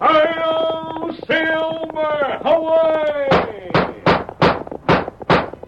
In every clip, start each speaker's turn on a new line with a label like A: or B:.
A: Hail, Silver! Away!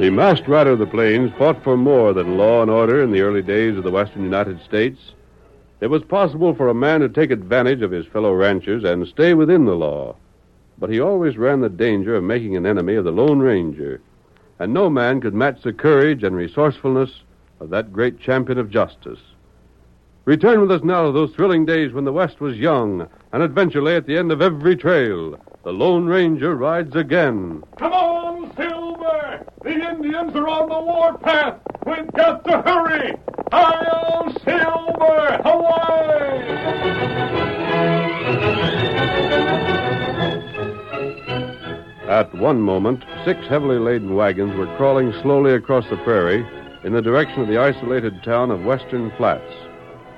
A: The masked rider of the plains fought for more than law and order in the early days of the western United States. It was possible for a man to take advantage of his fellow ranchers and stay within the law, but he always ran the danger of making an enemy of the Lone Ranger, and no man could match the courage and resourcefulness of that great champion of justice. Return with us now to those thrilling days when the West was young and adventure lay at the end of every trail. The Lone Ranger rides again. Come on, Silver! The Indians are on the warpath! We've got to hurry! Hail, Silver! Hawaii! At one moment, six heavily laden wagons were crawling slowly across the prairie in the direction of the isolated town of Western Flats.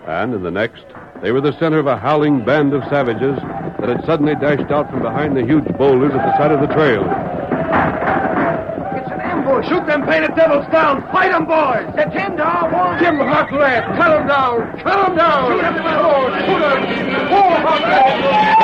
A: And in the next, they were the center of a howling band of savages that had suddenly dashed out from behind the huge boulders at the side of the trail.
B: It's an ambush. Shoot them painted devils down. Fight them, boys. It's him down. Jim Hartley. Cut them down. Cut them down. Shoot them, boys. Shoot them. Four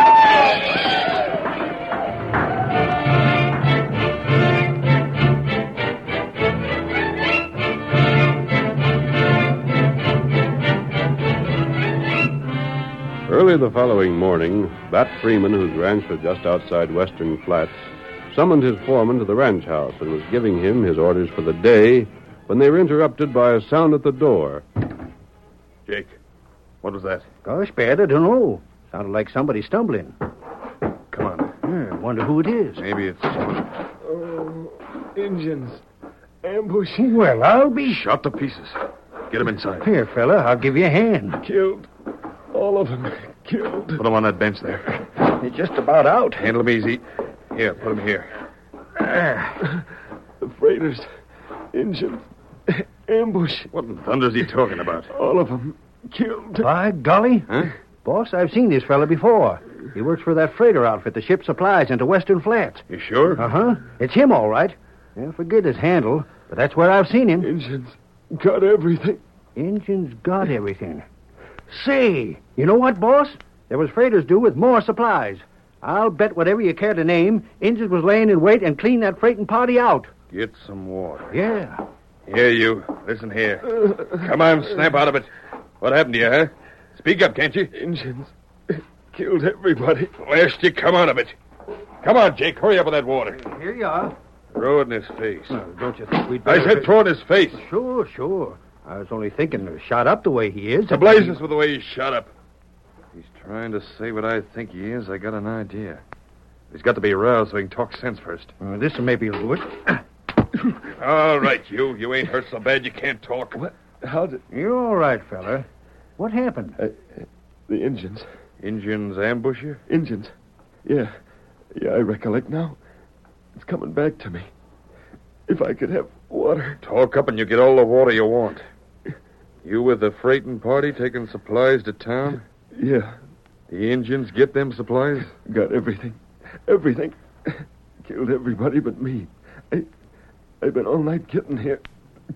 A: Early the following morning, Bat Freeman, whose ranch was just outside Western Flats, summoned his foreman to the ranch house and was giving him his orders for the day when they were interrupted by a sound at the door. Jake, what was that?
C: Gosh, Bad, I don't know. Sounded like somebody stumbling.
A: Come on.
C: Hmm, wonder who it is.
A: Maybe it's someone.
D: Indians. Ambushing.
C: Well, I'll be
A: Shot to pieces. Get him inside.
C: here, fella. I'll give you a hand.
D: Killed. All of them killed.
A: Put him on that bench there.
C: It's just about out.
A: Handle him easy. Here, put him here.
D: Ah. The freighters. Indians. Ambush.
A: What in thunder's he talking about?
D: All of them killed.
C: By golly.
A: Huh?
C: Boss, I've seen this fella before. He works for that freighter outfit that ships supplies into Western Flats.
A: You sure?
C: Uh huh. It's him, all right. Yeah, forget his handle, but that's where I've seen him.
D: Indians. Got everything.
C: Engines got everything. Say, you know what, boss? There was freighters due with more supplies. I'll bet whatever you care to name, Engines was laying in wait and cleaned that freighting party out.
A: Get some water.
C: Yeah.
A: Here, you. Listen here. Come on, snap out of it. What happened to you, huh? Speak up, can't you?
D: Indians. Killed everybody.
A: Blast you, come out of it. Come on, Jake. Hurry up with that water.
C: Here you are.
A: Throw it in his face.
C: don't you think we'd
A: I said throw it in his face.
C: Sure, sure. I was only thinking, uh, shot up the way he is.
A: To blazes with the way he shot up.
E: He's trying to say what I think he is. I got an idea. He's got to be roused so he can talk sense first.
C: Uh, this may be do it.
A: All right, you. You ain't hurt so bad you can't talk. What?
D: How did
C: You're all right, fella. What happened?
D: the engines?
E: Indians ambush you?
D: Engines. Yeah. Yeah, I recollect now. It's coming back to me. If I could have water.
E: Talk up and you get all the water you want. You with the freighting party taking supplies to town?
D: Yeah.
E: The Indians get them supplies?
D: Got everything. Everything. Killed everybody but me. I, I've been all night getting here,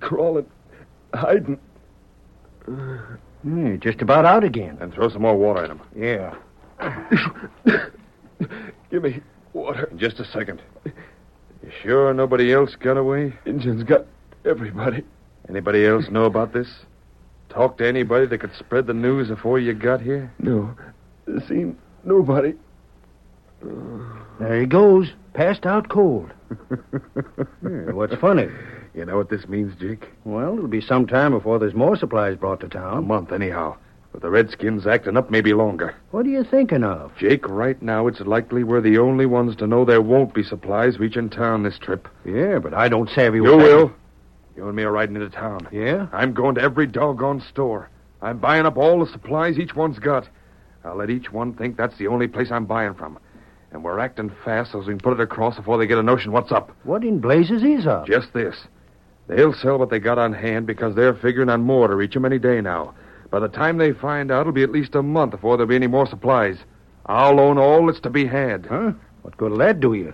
D: crawling, hiding.
C: Hmm, just about out again.
E: And throw some more water at them.
C: Yeah.
D: Give me water.
E: In just a second. You sure nobody else got away?
D: Engines got everybody.
E: Anybody else know about this? Talk to anybody that could spread the news before you got here?
D: No, seen nobody.
C: There he goes, passed out cold. Yeah, what's funny?
E: You know what this means, Jake?
C: Well, it'll be some time before there's more supplies brought to
E: A
C: town.
E: month, anyhow. With the Redskins acting up, maybe longer.
C: What are you thinking of?
E: Jake, right now it's likely we're the only ones to know there won't be supplies reaching town this trip.
C: Yeah, but I don't savvy
E: You will. You and me are riding into town.
C: Yeah?
E: I'm going to every doggone store. I'm buying up all the supplies each one's got. I'll let each one think that's the only place I'm buying from. And we're acting fast so we can put it across before they get a notion what's up.
C: What in blazes is up?
E: Just this. They'll sell what they got on hand because they're figuring on more to reach 'em any day now. By the time they find out, it'll be at least a month before there'll be any more supplies. I'll own all that's to be had.
C: Huh? What good'll that do you?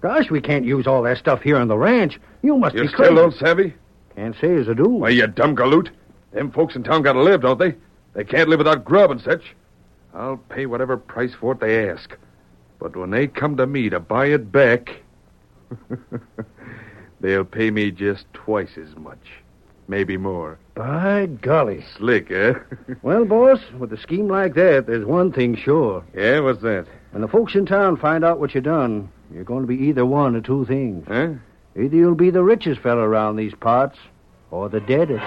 C: Gosh, we can't use all that stuff here on the ranch. You must
E: You
C: be crazy.
E: still don't savvy?
C: Can't say as I do.
E: Why, you dumb galoot. Them folks in town gotta live, don't they? They can't live without grub and such. I'll pay whatever price for it they ask. But when they come to me to buy it back, they'll pay me just twice as much. Maybe more.
C: By golly.
E: Slick, eh?
C: Well, boss, with a scheme like that, there's one thing sure.
E: yeah, what's that?
C: When the folks in town find out what you done, you're going to be either one or two things.
E: Huh?
C: Either you'll be the richest fellow around these parts, or the deadest.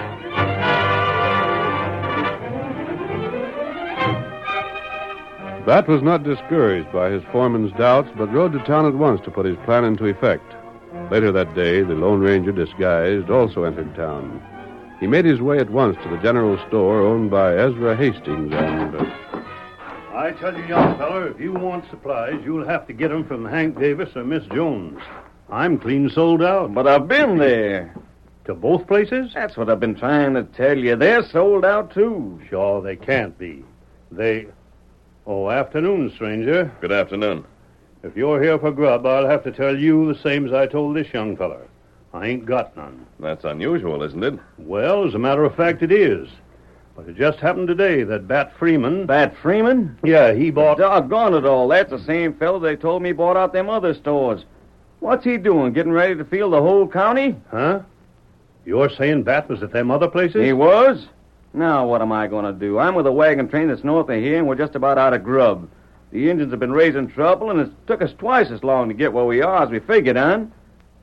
A: That was not discouraged by his foreman's doubts, but rode to town at once to put his plan into effect. Later that day, the Lone Ranger, disguised, also entered town. He made his way at once to the general store owned by Ezra Hastings and. uh,
F: I tell you, young feller, if you want supplies, you'll have to get 'em from Hank Davis or Miss Jones. I'm clean sold out.
G: But I've been there.
F: To both places?
G: That's what I've been trying to tell you. They're sold out, too.
F: Sure, they can't be. They. Oh, afternoon, stranger.
E: Good afternoon.
F: If you're here for grub, I'll have to tell you the same as I told this young feller. I ain't got none.
E: That's unusual, isn't it?
F: Well, as a matter of fact, it is. But it just happened today that Bat Freeman.
G: That Freeman?
F: Yeah, he bought.
G: Doggone it all. That's the same fellow they told me bought out them other stores. What's he doing? Getting ready to field the whole county?
F: Huh? You're saying Bat was at them other places?
G: He was? Now, what am I going to do? I'm with a wagon train that's north of here, and we're just about out of grub. The engines have been raising trouble, and it's took us twice as long to get where we are as we figured on.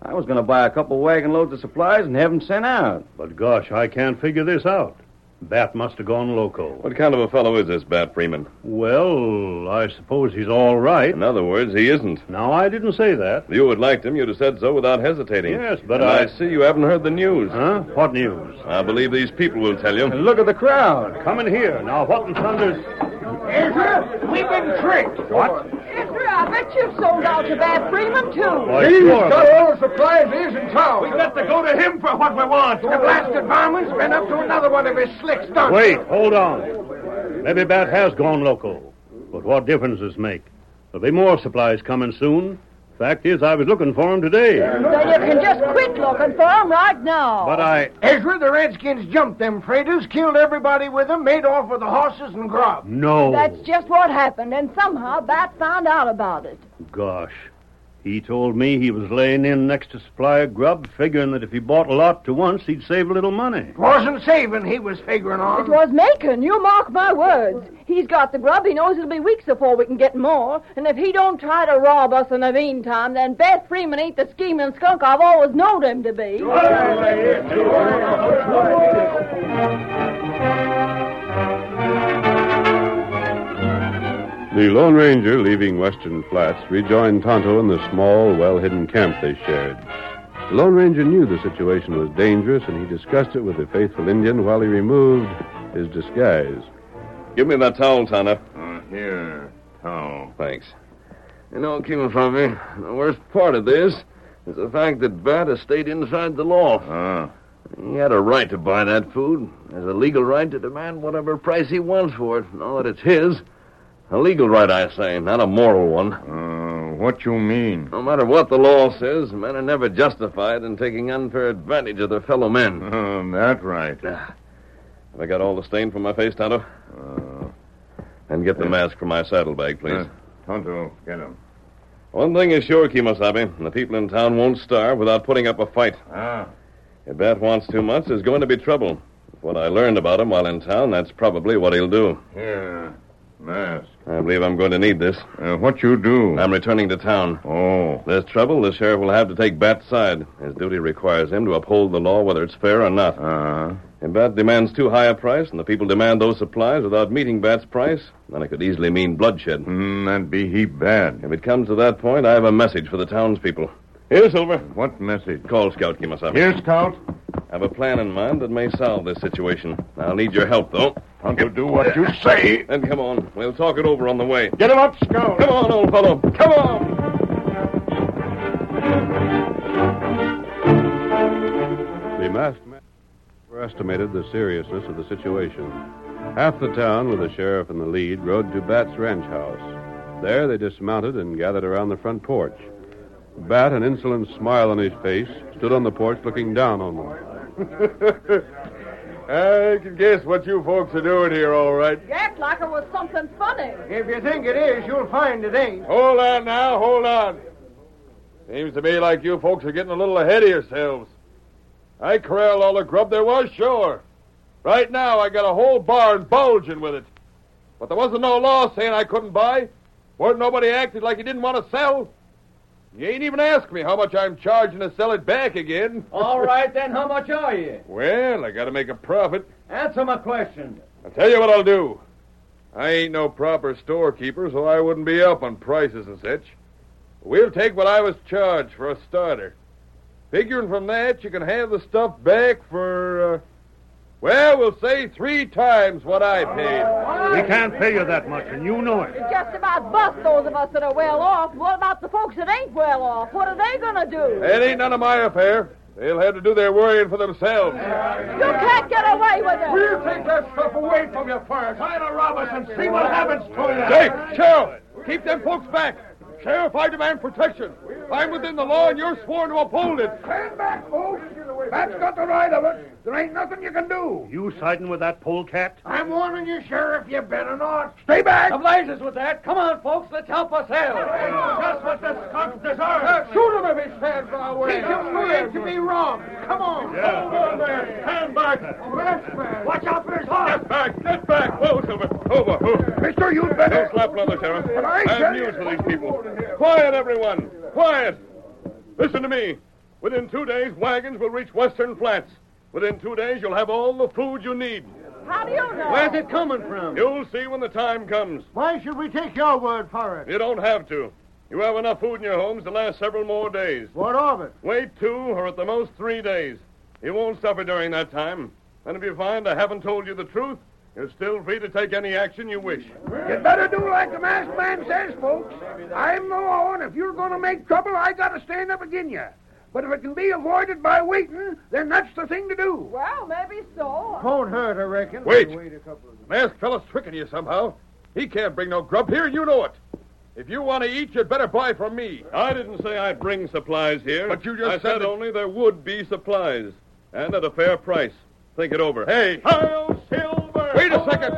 G: I was going to buy a couple wagon loads of supplies and have 'em sent out.
F: But gosh, I can't figure this out. Bat must have gone loco.
E: What kind of a fellow is this Bat Freeman?
F: Well, I suppose he's all right.
E: In other words, he isn't.
F: Now, I didn't say that.
E: If you had liked him, you'd have said so without hesitating.
F: Yes, but
E: And
F: I-
E: I see you haven't heard the news.
F: Huh? What news?
E: I believe these people will tell you.
G: Look at the crowd.
F: Come in here. Now, what in thunder's...
H: Ezra, we've been tricked. What? Ezra, I bet you've sold out to Bad Freeman, too.
F: Why, sure.
B: all the supplies is in town. We've got
F: to go to him for what we want.
B: the blasted barman's been up to another one of his slick stunts.
F: Wait, hold on. Maybe Bat has gone loco. But what difference does it make? There'll be more supplies coming soon. Fact is, I was looking for him today.
H: Then you can just quit looking for 'em right now.
F: But I...
C: Ezra, the Redskins jumped them freighters, killed everybody with them, made off with the horses and grub.
F: No.
H: That's just what happened, and somehow Bat found out about it.
F: Gosh.
I: He told me he was laying in next to supply of grub, figuring that if he bought a lot to once, he'd save a little money.
E: Wasn't saving he was figuring
H: It
E: on.
H: was making, you mark my words. He's got the grub. He knows it'll be weeks before we can get more. And if he don't try to rob us in the meantime, then Beth Freeman ain't the scheming skunk I've always known him to be.
J: The Lone Ranger, leaving Western Flats, rejoined Tonto in the small, well hidden camp they shared. The Lone Ranger knew the situation was dangerous, and he discussed it with the faithful Indian while he removed his disguise.
K: Give me that towel, Tonto. here. Oh, thanks. You know, Kimafabi, the worst part of this is the fact that Bat has stayed inside the law.
E: Uh,
K: He had a right to buy that food. Has a legal right to demand whatever price he wants for it, now that it's his. A legal right, I say, not a moral one.
E: uh,
K: what you mean? No matter what the law says, men are never justified in taking unfair advantage of their fellow men. Oh, that right.
I: Ah.
K: Have I got all the stain from my face, Tonto? Uh, and get the mask from my saddlebag, please.
A: Tonto, get him.
K: One thing is sure, Kimosabe. The people in town won't starve without putting up a fight.
A: Ah.
K: If Bat wants too much, there's going to be trouble. What I learned about him while in town, that's probably what he'll do.
A: Here. Mask.
K: I believe I'm going to need this. Uh, what you do?
I: Um,
K: I'm returning to town. Oh. There's trouble. The sheriff will have to take Bat's side. His duty requires him to uphold the law, whether it's fair or not. Uh-huh. If Bat demands too high a price and the people demand those supplies without meeting Bat's price, then it could easily mean bloodshed. Mm, that'd be heap bad. If it comes to that point, I have a message for the townspeople. Here, Silver. What message? Call Scout Kimasabi.
A: Here, Scout.
K: I have a plan in mind that may solve this situation. I'll need your help, though.
A: Tonto, do what you say.
K: Then come on. We'll talk it over on the way.
A: Get him up, Scout.
K: Come on, old fellow. Come on.
J: The masked men overestimated the seriousness of the situation. Half the town, with the sheriff in the lead, rode to Bat's ranch house. There they dismounted and gathered around the front porch. Bat, an insolent smile on his face, stood on the porch looking down on them.
A: I can guess what you folks are doing here, all right.
H: You act like it was something funny.
C: If you think it is, you'll find it ain't.
A: Hold on now, hold on. Seems to me like you folks are getting a little ahead of yourselves. I corralled all the grub there was, sure. Right now, I got a whole barn bulging with it. But there wasn't no law saying I couldn't buy. Weren't nobody acted like he didn't want to sell. You ain't even asked me how much I'm charging to sell it back again.
L: All right, then, how much are you?
A: Well, I gotta make a profit.
L: Answer my question.
A: I'll tell you what I'll do. I ain't no proper storekeeper, so I wouldn't be up on prices and such. We'll take what I was charged for a starter. Figuring from that, you can have the stuff back for, uh, well, we'll say three times what I paid.
I: We can't pay you that much, and you know it.
H: It just about bust those of us that are well off. What about the folks that ain't well off? What are they gonna do?
A: That ain't none of my affair. They'll have to do their worrying for themselves.
H: You can't get away with it.
E: We'll take that stuff away from you first. Try to rob us and see what happens to you.
A: Jake, Sheriff, keep them folks back. Sheriff, I demand protection. I'm within the law, and you're sworn to uphold it.
E: Stand back, folks. That's got the right of it. There ain't nothing you can do.
I: You siding with that polecat?
E: I'm warning you, Sheriff, you better not. Stay back.
L: The blazes with that. Come on, folks, let's help ourselves.
E: Just what the skunk deserves. Uh, shoot him if he stands our way. Teach him who ain't to be wrong. Come on. Yeah. Hold on there. Stand back. man. Watch out for his heart.
A: Get back! Get back! Whoa, Silver! Over! Whoa.
E: Mister, you'd better-
A: Don't slap leather, Sheriff.
E: But I
A: I
E: tell
A: have news for these people. Quiet, everyone! Quiet! Listen to me. Within two days, wagons will reach Western Flats. Within two days, you'll have all the food you need.
H: How do you know?
L: Where's it coming from?
A: You'll see when the time comes.
C: Why should we take your word for it?
A: You don't have to. You have enough food in your homes to last several more days.
C: What of it?
A: Wait two or at the most three days. You won't suffer during that time. And if you find I haven't told you the truth, you're still free to take any action you wish.
E: You better do like the masked man says, folks. I'm the law, and if you're going to make trouble, I got to stand up agin you. But if it can be avoided by waiting, then that's the thing to do.
H: Well, maybe so.
C: Won't hurt, I reckon.
A: Wait.
C: Wait a couple of...
A: Masked fellow's tricking you somehow. He can't bring no grub here, and you know it. If you want to eat, you'd better buy from me.
K: I didn't say I'd bring supplies here.
A: But you just
K: I
A: said
K: said,
A: that-
K: only there would be supplies, and at a fair price. Think it over.
A: Hey!
K: Hail Silver!
A: Wait a second!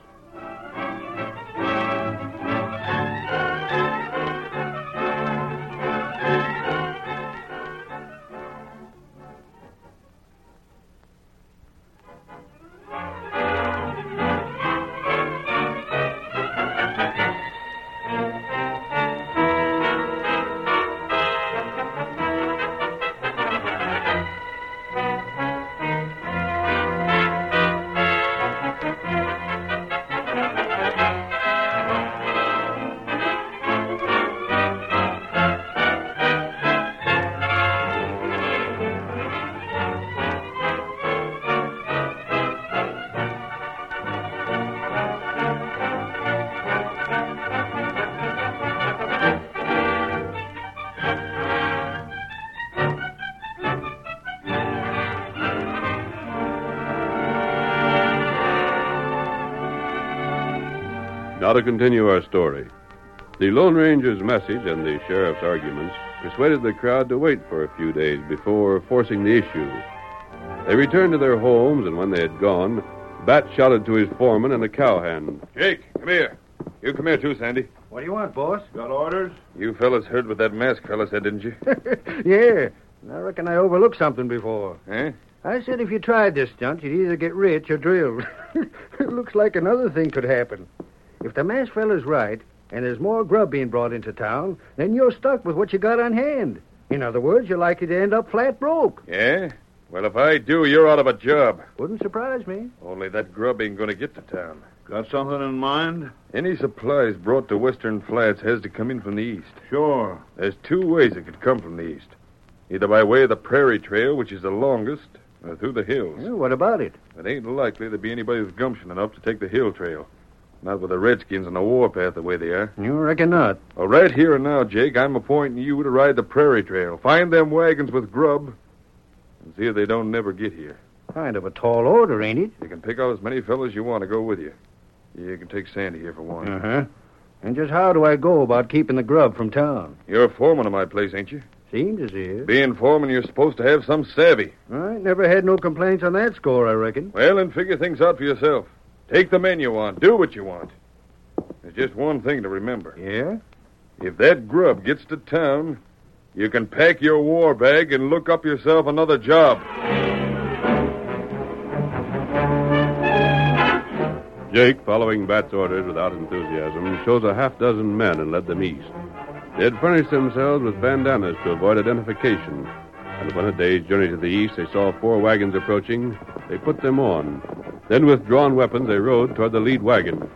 A: Now to continue our story. The Lone Ranger's message and the sheriff's arguments persuaded the crowd to wait for a few days before forcing the issue. They returned to their homes, and when they had gone, Bat shouted to his foreman and a cowhand.
M: Jake, come here. You come here too, Sandy.
C: What do you want, boss?
M: Got orders? You fellas heard what that masked fella said, didn't you?
C: Yeah. I reckon I overlooked something before.
M: eh?
C: I said if you tried this stunt, you'd either get rich or drilled. it looks like another thing could happen. If the masked fella's right, and there's more grub being brought into town, then you're stuck with what you got on hand. In other words, you're likely to end up flat broke.
M: Yeah? Well, if I do, you're out of a job.
C: Wouldn't surprise me.
M: Only that grub ain't going to get to town.
N: Got something in mind?
E: Any supplies brought to Western Flats has to come in from the east.
N: Sure.
E: There's two ways it could come from the east either by way of the prairie trail, which is the longest, or through the hills.
C: Yeah, what about it?
E: It ain't likely there'd be anybody with gumption enough to take the hill trail. Not with the Redskins on the warpath the way they are.
C: You reckon not.
E: Well, right here and now, Jake, I'm appointing you to ride the prairie trail. Find them wagons with grub and see if they don't never get here.
C: Kind of a tall order, ain't it?
E: You can pick out as many fellas you want to go with you. You can take Sandy here for one.
C: huh. And just how do I go about keeping the grub from town?
E: You're foreman of my place, ain't you?
C: Seems as if.
E: Being foreman, you're supposed to have some savvy.
C: I never had no complaints on that score, I reckon.
E: Well, then figure things out for yourself. Take the men you want. Do what you want. There's just one thing to remember.
C: Yeah?
E: If that grub gets to town, you can pack your war bag and look up yourself another job.
A: Jake, following Bat's orders without enthusiasm, chose a half dozen men and led them east. They had furnished themselves with bandanas to avoid identification, and when a day's journey to the east they saw four wagons approaching, they put them on. Then, with drawn weapons, they rode toward the lead wagon.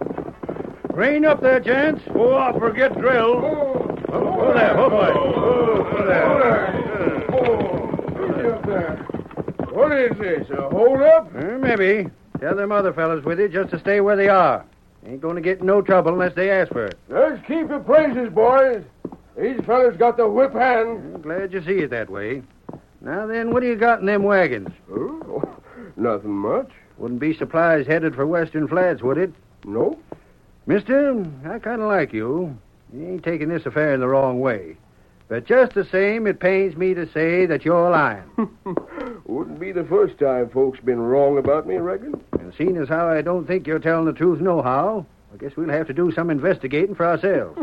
C: Rain up there, gents.
B: Oh, I'll forget drill. Oh, oh, there, oh, boy. Oh, there. Oh, easy up there. What is this, a
A: oh,
B: holdup?
O: Hmm?
C: Eh, maybe. Tell them other fellas with you just to stay where they are. Ain't going to get in no trouble unless they ask for it.
B: Let's keep your places, boys. These fellas got the whip hand.
C: Glad you see it that way. Now then, what do you got in them wagons?
D: Nothing much.
C: Wouldn't be supplies headed for Western Flats, would it?
D: No.
C: Mister, I kind of like you. You ain't taking this affair in the wrong way. But just the same, it pains me to say that you're lying.
D: Wouldn't be the first time folks been wrong about me, I reckon.
C: And seeing as how I don't think you're telling the truth nohow, I guess we'll have to do some investigating for ourselves.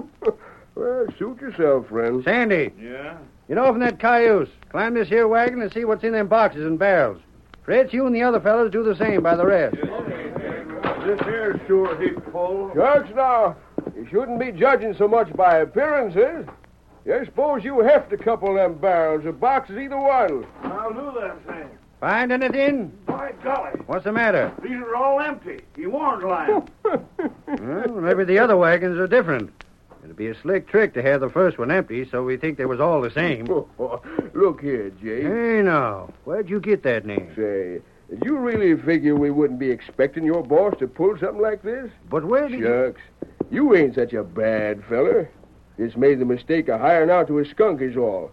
D: Well, suit yourself, friend.
C: Sandy,
N: Yeah?
C: get off in that cayuse. Climb this here wagon and see what's in them boxes and barrels. Fritz, you and the other fellas do the same by the rest.
N: This here's sure heap full.
D: Judge, now, you shouldn't be judging so much by appearances. I suppose you have to couple them barrels or boxes, either one.
P: I'll do that thing.
C: Find anything?
P: By golly,
C: What's the matter?
P: these are all empty. He warn't lying.
C: well, maybe the other wagons are different. It'd be a slick trick to have the first one empty, so we think they was all the same.
D: Look here, Jake.
C: Hey, now, where'd you get that name?
D: Say, did you really figure we wouldn't be expecting your boss to pull something like this?
C: But where did you...
D: Shucks. You ain't such a bad feller. Just made the mistake of hiring out to a skunk is all.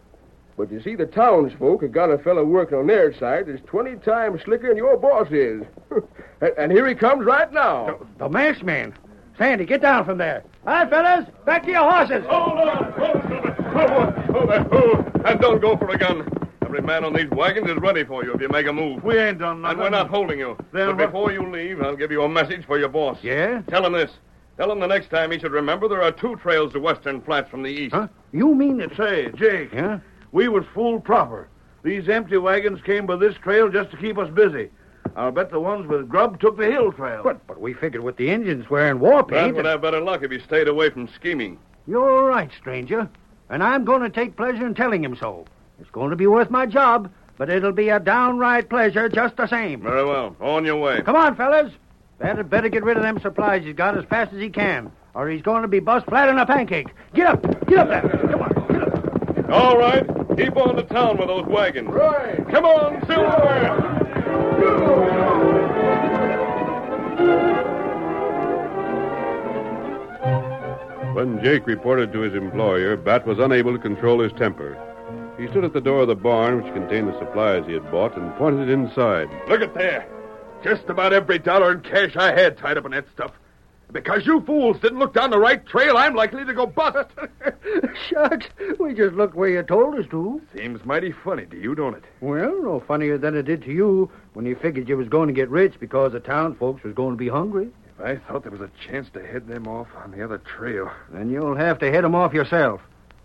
D: But you see, the townsfolk have got a fella working on their side that's 20 times slicker than your boss is. and, and here he comes right now.
C: The masked man. Sandy, get down from
P: Oh.
A: oh,
C: there. Hi, fellas, back to your horses.
M: Hold on! Hold on! Hold on! Hold on! Hold on! And
A: Don't go for a gun. Every man on these wagons is ready for you if you make a move.
O: We ain't done nothing.
A: And we're not holding you.
O: Then
A: but
O: what-
A: before you leave, I'll give you a message for your boss.
C: Yeah?
A: Tell him this. Tell him the next time he should remember there are two trails to Western Flats from the east. Huh?
C: You mean it?
O: Say, Jake,
C: Yeah?
O: we was fooled proper. These empty wagons came by this trail just to keep us busy. I'll bet the ones with grub took the hill trail.
C: But, but we figured with the Indians wearing war
A: Brad
C: paint.
A: would have better luck if he stayed away from scheming.
C: You're right, stranger. And I'm going to take pleasure in telling him so. It's going to be worth my job, but it'll be a downright pleasure just the same.
A: Very well. On your way.
C: Come on, fellas. Dad had better get rid of them supplies he's got as fast as he can, or he's going to be bust flat on a pancake. Get up. Get up there.
A: All right. Keep on to town with those wagons. Right. Come on, Silver.
Q: When Jake reported to his employer, Bat was unable to control his temper. He stood at the door of the barn, which contained the supplies he had bought, and pointed inside.
A: Look at there. Just about every dollar in cash I had tied up in that stuff. Because you fools didn't look down the right trail, I'm likely to go bust.
C: Shucks. We just looked where you told us to.
A: Seems mighty funny to you, don't it?
C: Well, no funnier than it did to you when you figured you was going to get rich because the town folks was going to be hungry.
E: If I thought there was a chance to head them off on the other trail.
C: Then you'll have to head 'em off yourself.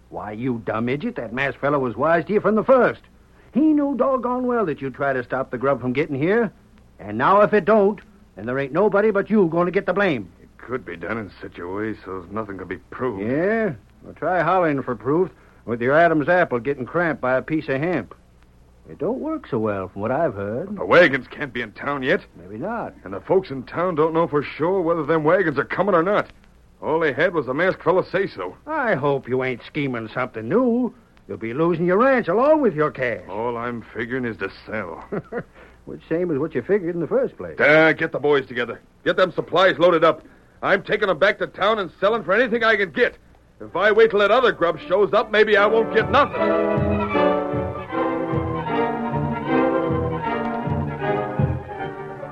C: Why, you dumb idiot, that masked fellow was wise to you from the first. He knew doggone well that you'd try to stop the grub from getting here. And now if it don't, then there ain't nobody but you going to get the blame.
E: Could be done in such a way so's nothing could be proved.
C: Yeah? Well, try hollering for proof with your Adam's apple getting cramped by a piece of hemp. It don't work so well, from what I've heard.
E: The wagons can't be in town yet.
C: Maybe not.
E: And the folks in town don't know for sure whether them wagons are coming or not. All they had was the masked fellow say so.
C: I hope you ain't scheming something new. You'll be losing your ranch along with your cash,
E: All I'm figuring is to sell.
C: which same as what you figured in the first place.
A: Ah, get the boys together. Get them supplies loaded up. I'm taking them back to town and selling for anything I can get. If I wait till that other grub shows up, maybe I won't get nothing.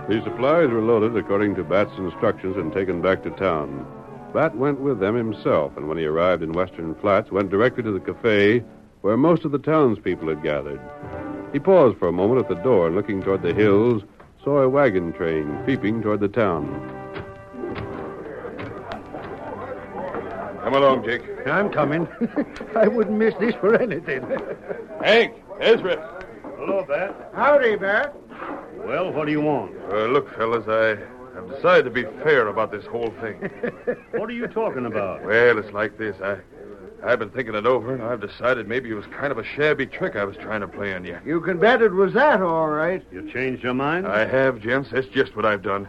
Q: The supplies were loaded according to Bat's instructions and taken back to town. Bat went with them himself, and when he arrived in Western Flats, went directly to the cafe where most of the townspeople had gathered. He paused for a moment at the door and, looking toward the hills, saw a wagon train creeping toward the town.
A: Come along, Jake.
C: I'm coming. I wouldn't miss this for anything.
A: Hank, Ezra.
R: Hello, Bat.
C: Howdy, Bert.
R: Well, what do you want?
A: Uh, look, fellas, I have decided to be fair about this whole thing.
R: What are you talking about?
A: Well, it's like this. I, I've been thinking it over, and I've decided maybe it was kind of a shabby trick I was trying to play on you.
C: You can bet it was that, all right.
R: You changed your mind?
A: I have, gents. That's just what I've done.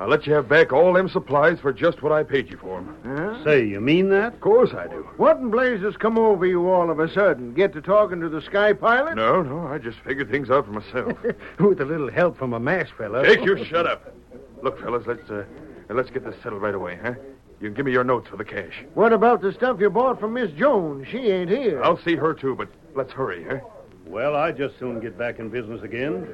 A: I'll let you have back all them supplies for just what I paid you for 'em.
R: Say, you mean that?
A: Of course I do.
O: What in blazes come over you all of a sudden? Get to talking to the sky pilot?
A: No, no, I just figured things out for myself.
C: With a little help from a masked fella.
A: Jake, you shut up. Look, fellas, let's uh, let's get this settled right away, huh? You can give me your notes for the cash.
O: What about the stuff you bought from Miss Jones? She ain't here.
A: I'll see her too, but let's hurry, huh?
R: Well, I just soon get back in business again.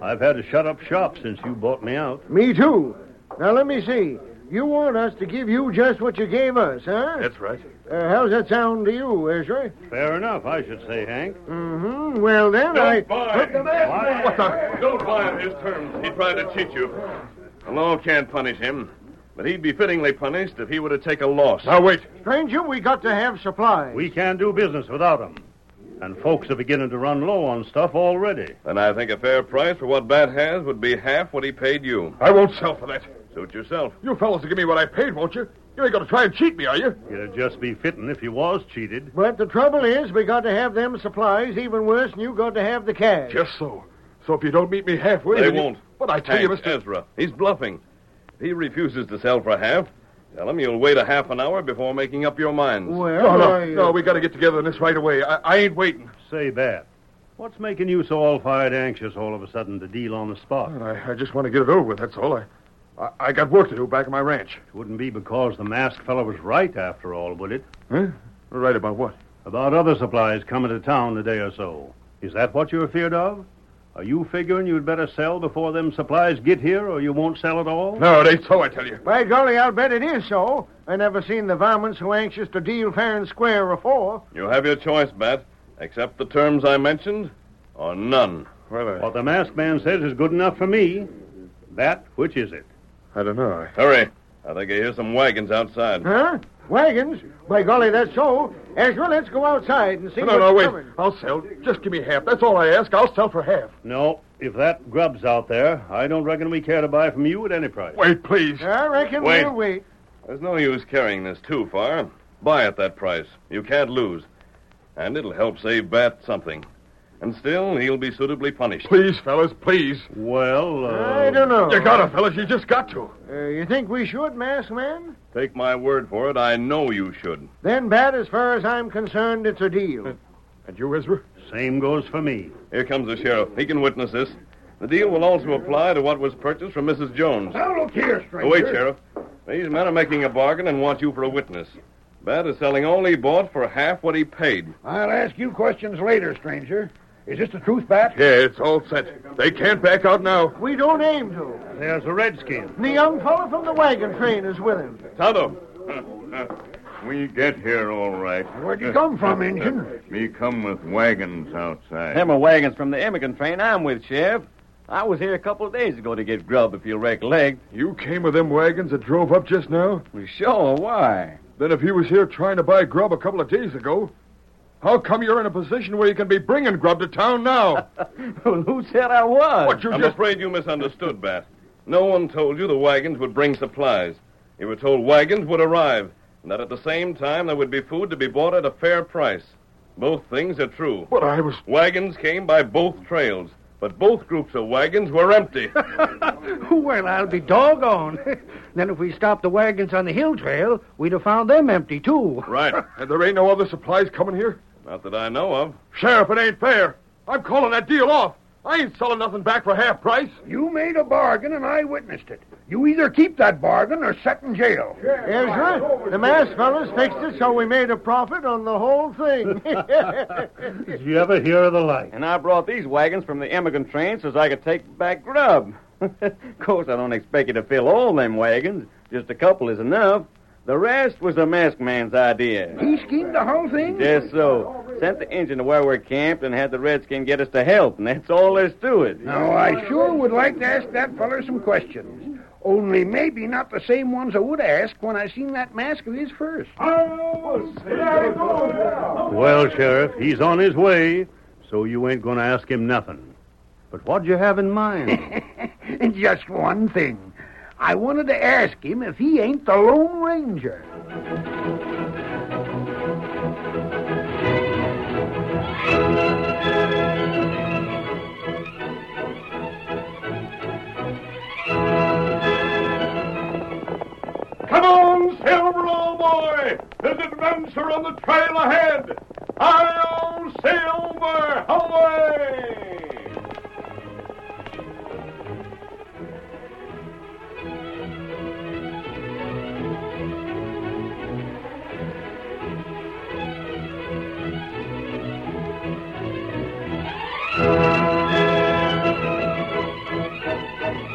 R: I've had to shut up shop since you bought me out.
O: Me too. Now let me see. You want us to give you just what you gave us, huh?
A: That's right.
O: Uh, how's that sound to you, Ezra?
R: Fair enough, I should say, Hank.
O: Mm-hmm. Well then, I. Look at that.
A: What the? Don't buy on his terms. He tried to cheat you. The law can't punish him, but he'd be fittingly punished if he were to take a loss. Now wait.
O: Stranger, we got to have supplies.
R: We can't do business without 'em, And folks are beginning to run low on stuff already.
A: Then I think a fair price for what Bat has would be half what he paid you.
R: I won't sell for that.
A: Suit yourself.
R: You fellas will give me what I paid, won't you? You ain't going to try and cheat me, are you? You'd just be fitting if you was cheated.
O: But the trouble is, we got to have them supplies. Even worse, than you got to have the cash.
E: Just so. So if you don't meet me halfway,
A: they
E: then you-
A: won't.
E: But I tell you,
A: Hank
E: Mister
A: Ezra, he's bluffing. If he refuses to sell for half, tell him you'll wait a half an hour before making up your minds.
O: Well,
E: Oh, no,
O: I, uh,
E: no, we got to get together on this right away. I, I ain't waiting.
R: Say, Bat, what's making you so all fired anxious all of a sudden to deal on the spot?
E: I, I just want to get it over with. That's all. I, I, I got work to do back at my ranch.
R: It wouldn't be because the masked fellow was right, after all, would it?
E: Huh? Right about what?
R: About other supplies coming to town in a day or so. Is that what you're afeard of? Are you figuring you'd better sell before them supplies get here, or you won't sell at all?
E: No, it ain't so. I tell you.
O: By golly, I'll bet it is so. I never seen the varmints so anxious to deal fair and square afore.
A: You have your choice, Bat. Accept the terms I mentioned, or none.
S: What the masked man says is good enough for me. That, which is it?
A: I don't know. Hurry. I think I hear some wagons outside.
C: Huh? Wagons? By golly, that's so. Ezra, let's go outside and see
E: No, no,
C: what's
E: wait.
C: coming.
E: I'll sell. Just give me half. That's all I ask. I'll sell for half.
S: No, if that grub's out there, I don't reckon we care to buy from you at any price.
E: Wait, please.
C: I reckon
A: Wait.
C: we'll wait.
A: There's no use carrying this too far. Buy at that price. You can't lose. And it'll help save Bat something. And still, he'll be suitably punished.
E: Please, fellas, please.
S: Well, uh,
C: I don't know.
A: You gotta, fellas. You just got to.
C: Uh, you think we should, masked man?
A: Take my word for it. I know you should.
C: Then, Bat, as far as I'm concerned, it's a deal.
A: And you, Ezra?
S: Same goes for me.
A: Here comes the sheriff. He can witness this. The deal will also apply to what was purchased from Mrs. Jones.
T: Now, look here, stranger.
A: Wait, Sheriff. These men are making a bargain and want you for a witness. Bat is selling all he bought for half what he paid.
C: I'll ask you questions later, stranger. Is this the truth, Bat?
E: Yeah, it's all set. They can't back out now.
C: We don't aim to.
S: There's a redskin.
C: The young fellow from the wagon train is with him.
U: Tonto. we get here all right.
C: Where'd you come from, Injun?
U: Me come with wagons outside.
V: Them are wagons from the immigrant train I'm with, Sheriff. I was here a couple of days ago to get grub, if you'll recollect.
E: You came with them wagons that drove up just now?
V: Sure, why?
E: Then if he was here trying to buy grub a couple of days ago, how come you're in a position where you can be bringing grub to town now?
V: Who said I was?
E: What, you
A: I'm
E: just...
A: afraid you misunderstood, Bat. No one told you the wagons would bring supplies. You were told wagons would arrive, and that at the same time there would be food to be bought at a fair price. Both things are true.
E: But I was...
A: Wagons came by both trails, but both groups of wagons were empty.
C: Well, I'll be doggone. then if we stopped the wagons on the hill trail, we'd have found them empty, too.
A: right.
E: And there ain't no other supplies coming here?
A: Not that I know of.
E: Sheriff, it ain't fair. I'm calling that deal off. I ain't selling nothing back for half price.
W: You made a bargain, and I witnessed it. You either keep that bargain or set in jail.
C: Ezra, the masked fellas fixed it so we made a profit on the whole thing.
S: Did you ever hear of the like?
V: And I brought these wagons from the immigrant train so's I could take back grub. of course, I don't expect you to fill all them wagons. Just a couple is enough. The rest was the masked man's idea.
W: He schemed the whole thing?
V: Just so. Sent the engine to where we're camped and had the redskin get us to help, and that's all there's to it.
W: Now, I sure would like to ask that feller some questions. Only maybe not the same ones I would ask when I seen that mask of his first.
S: Well, Sheriff, he's on his way, so you ain't going to ask him nothing. But what'd you have in mind?
W: Just one thing. I wanted to ask him if he ain't the Lone Ranger.
E: Come on, Silver, old boy. There's adventure on the trail ahead. I'll Silver away.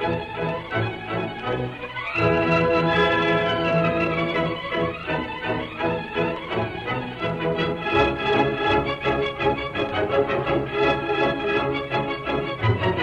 T: Sheriff.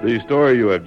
A: The story you have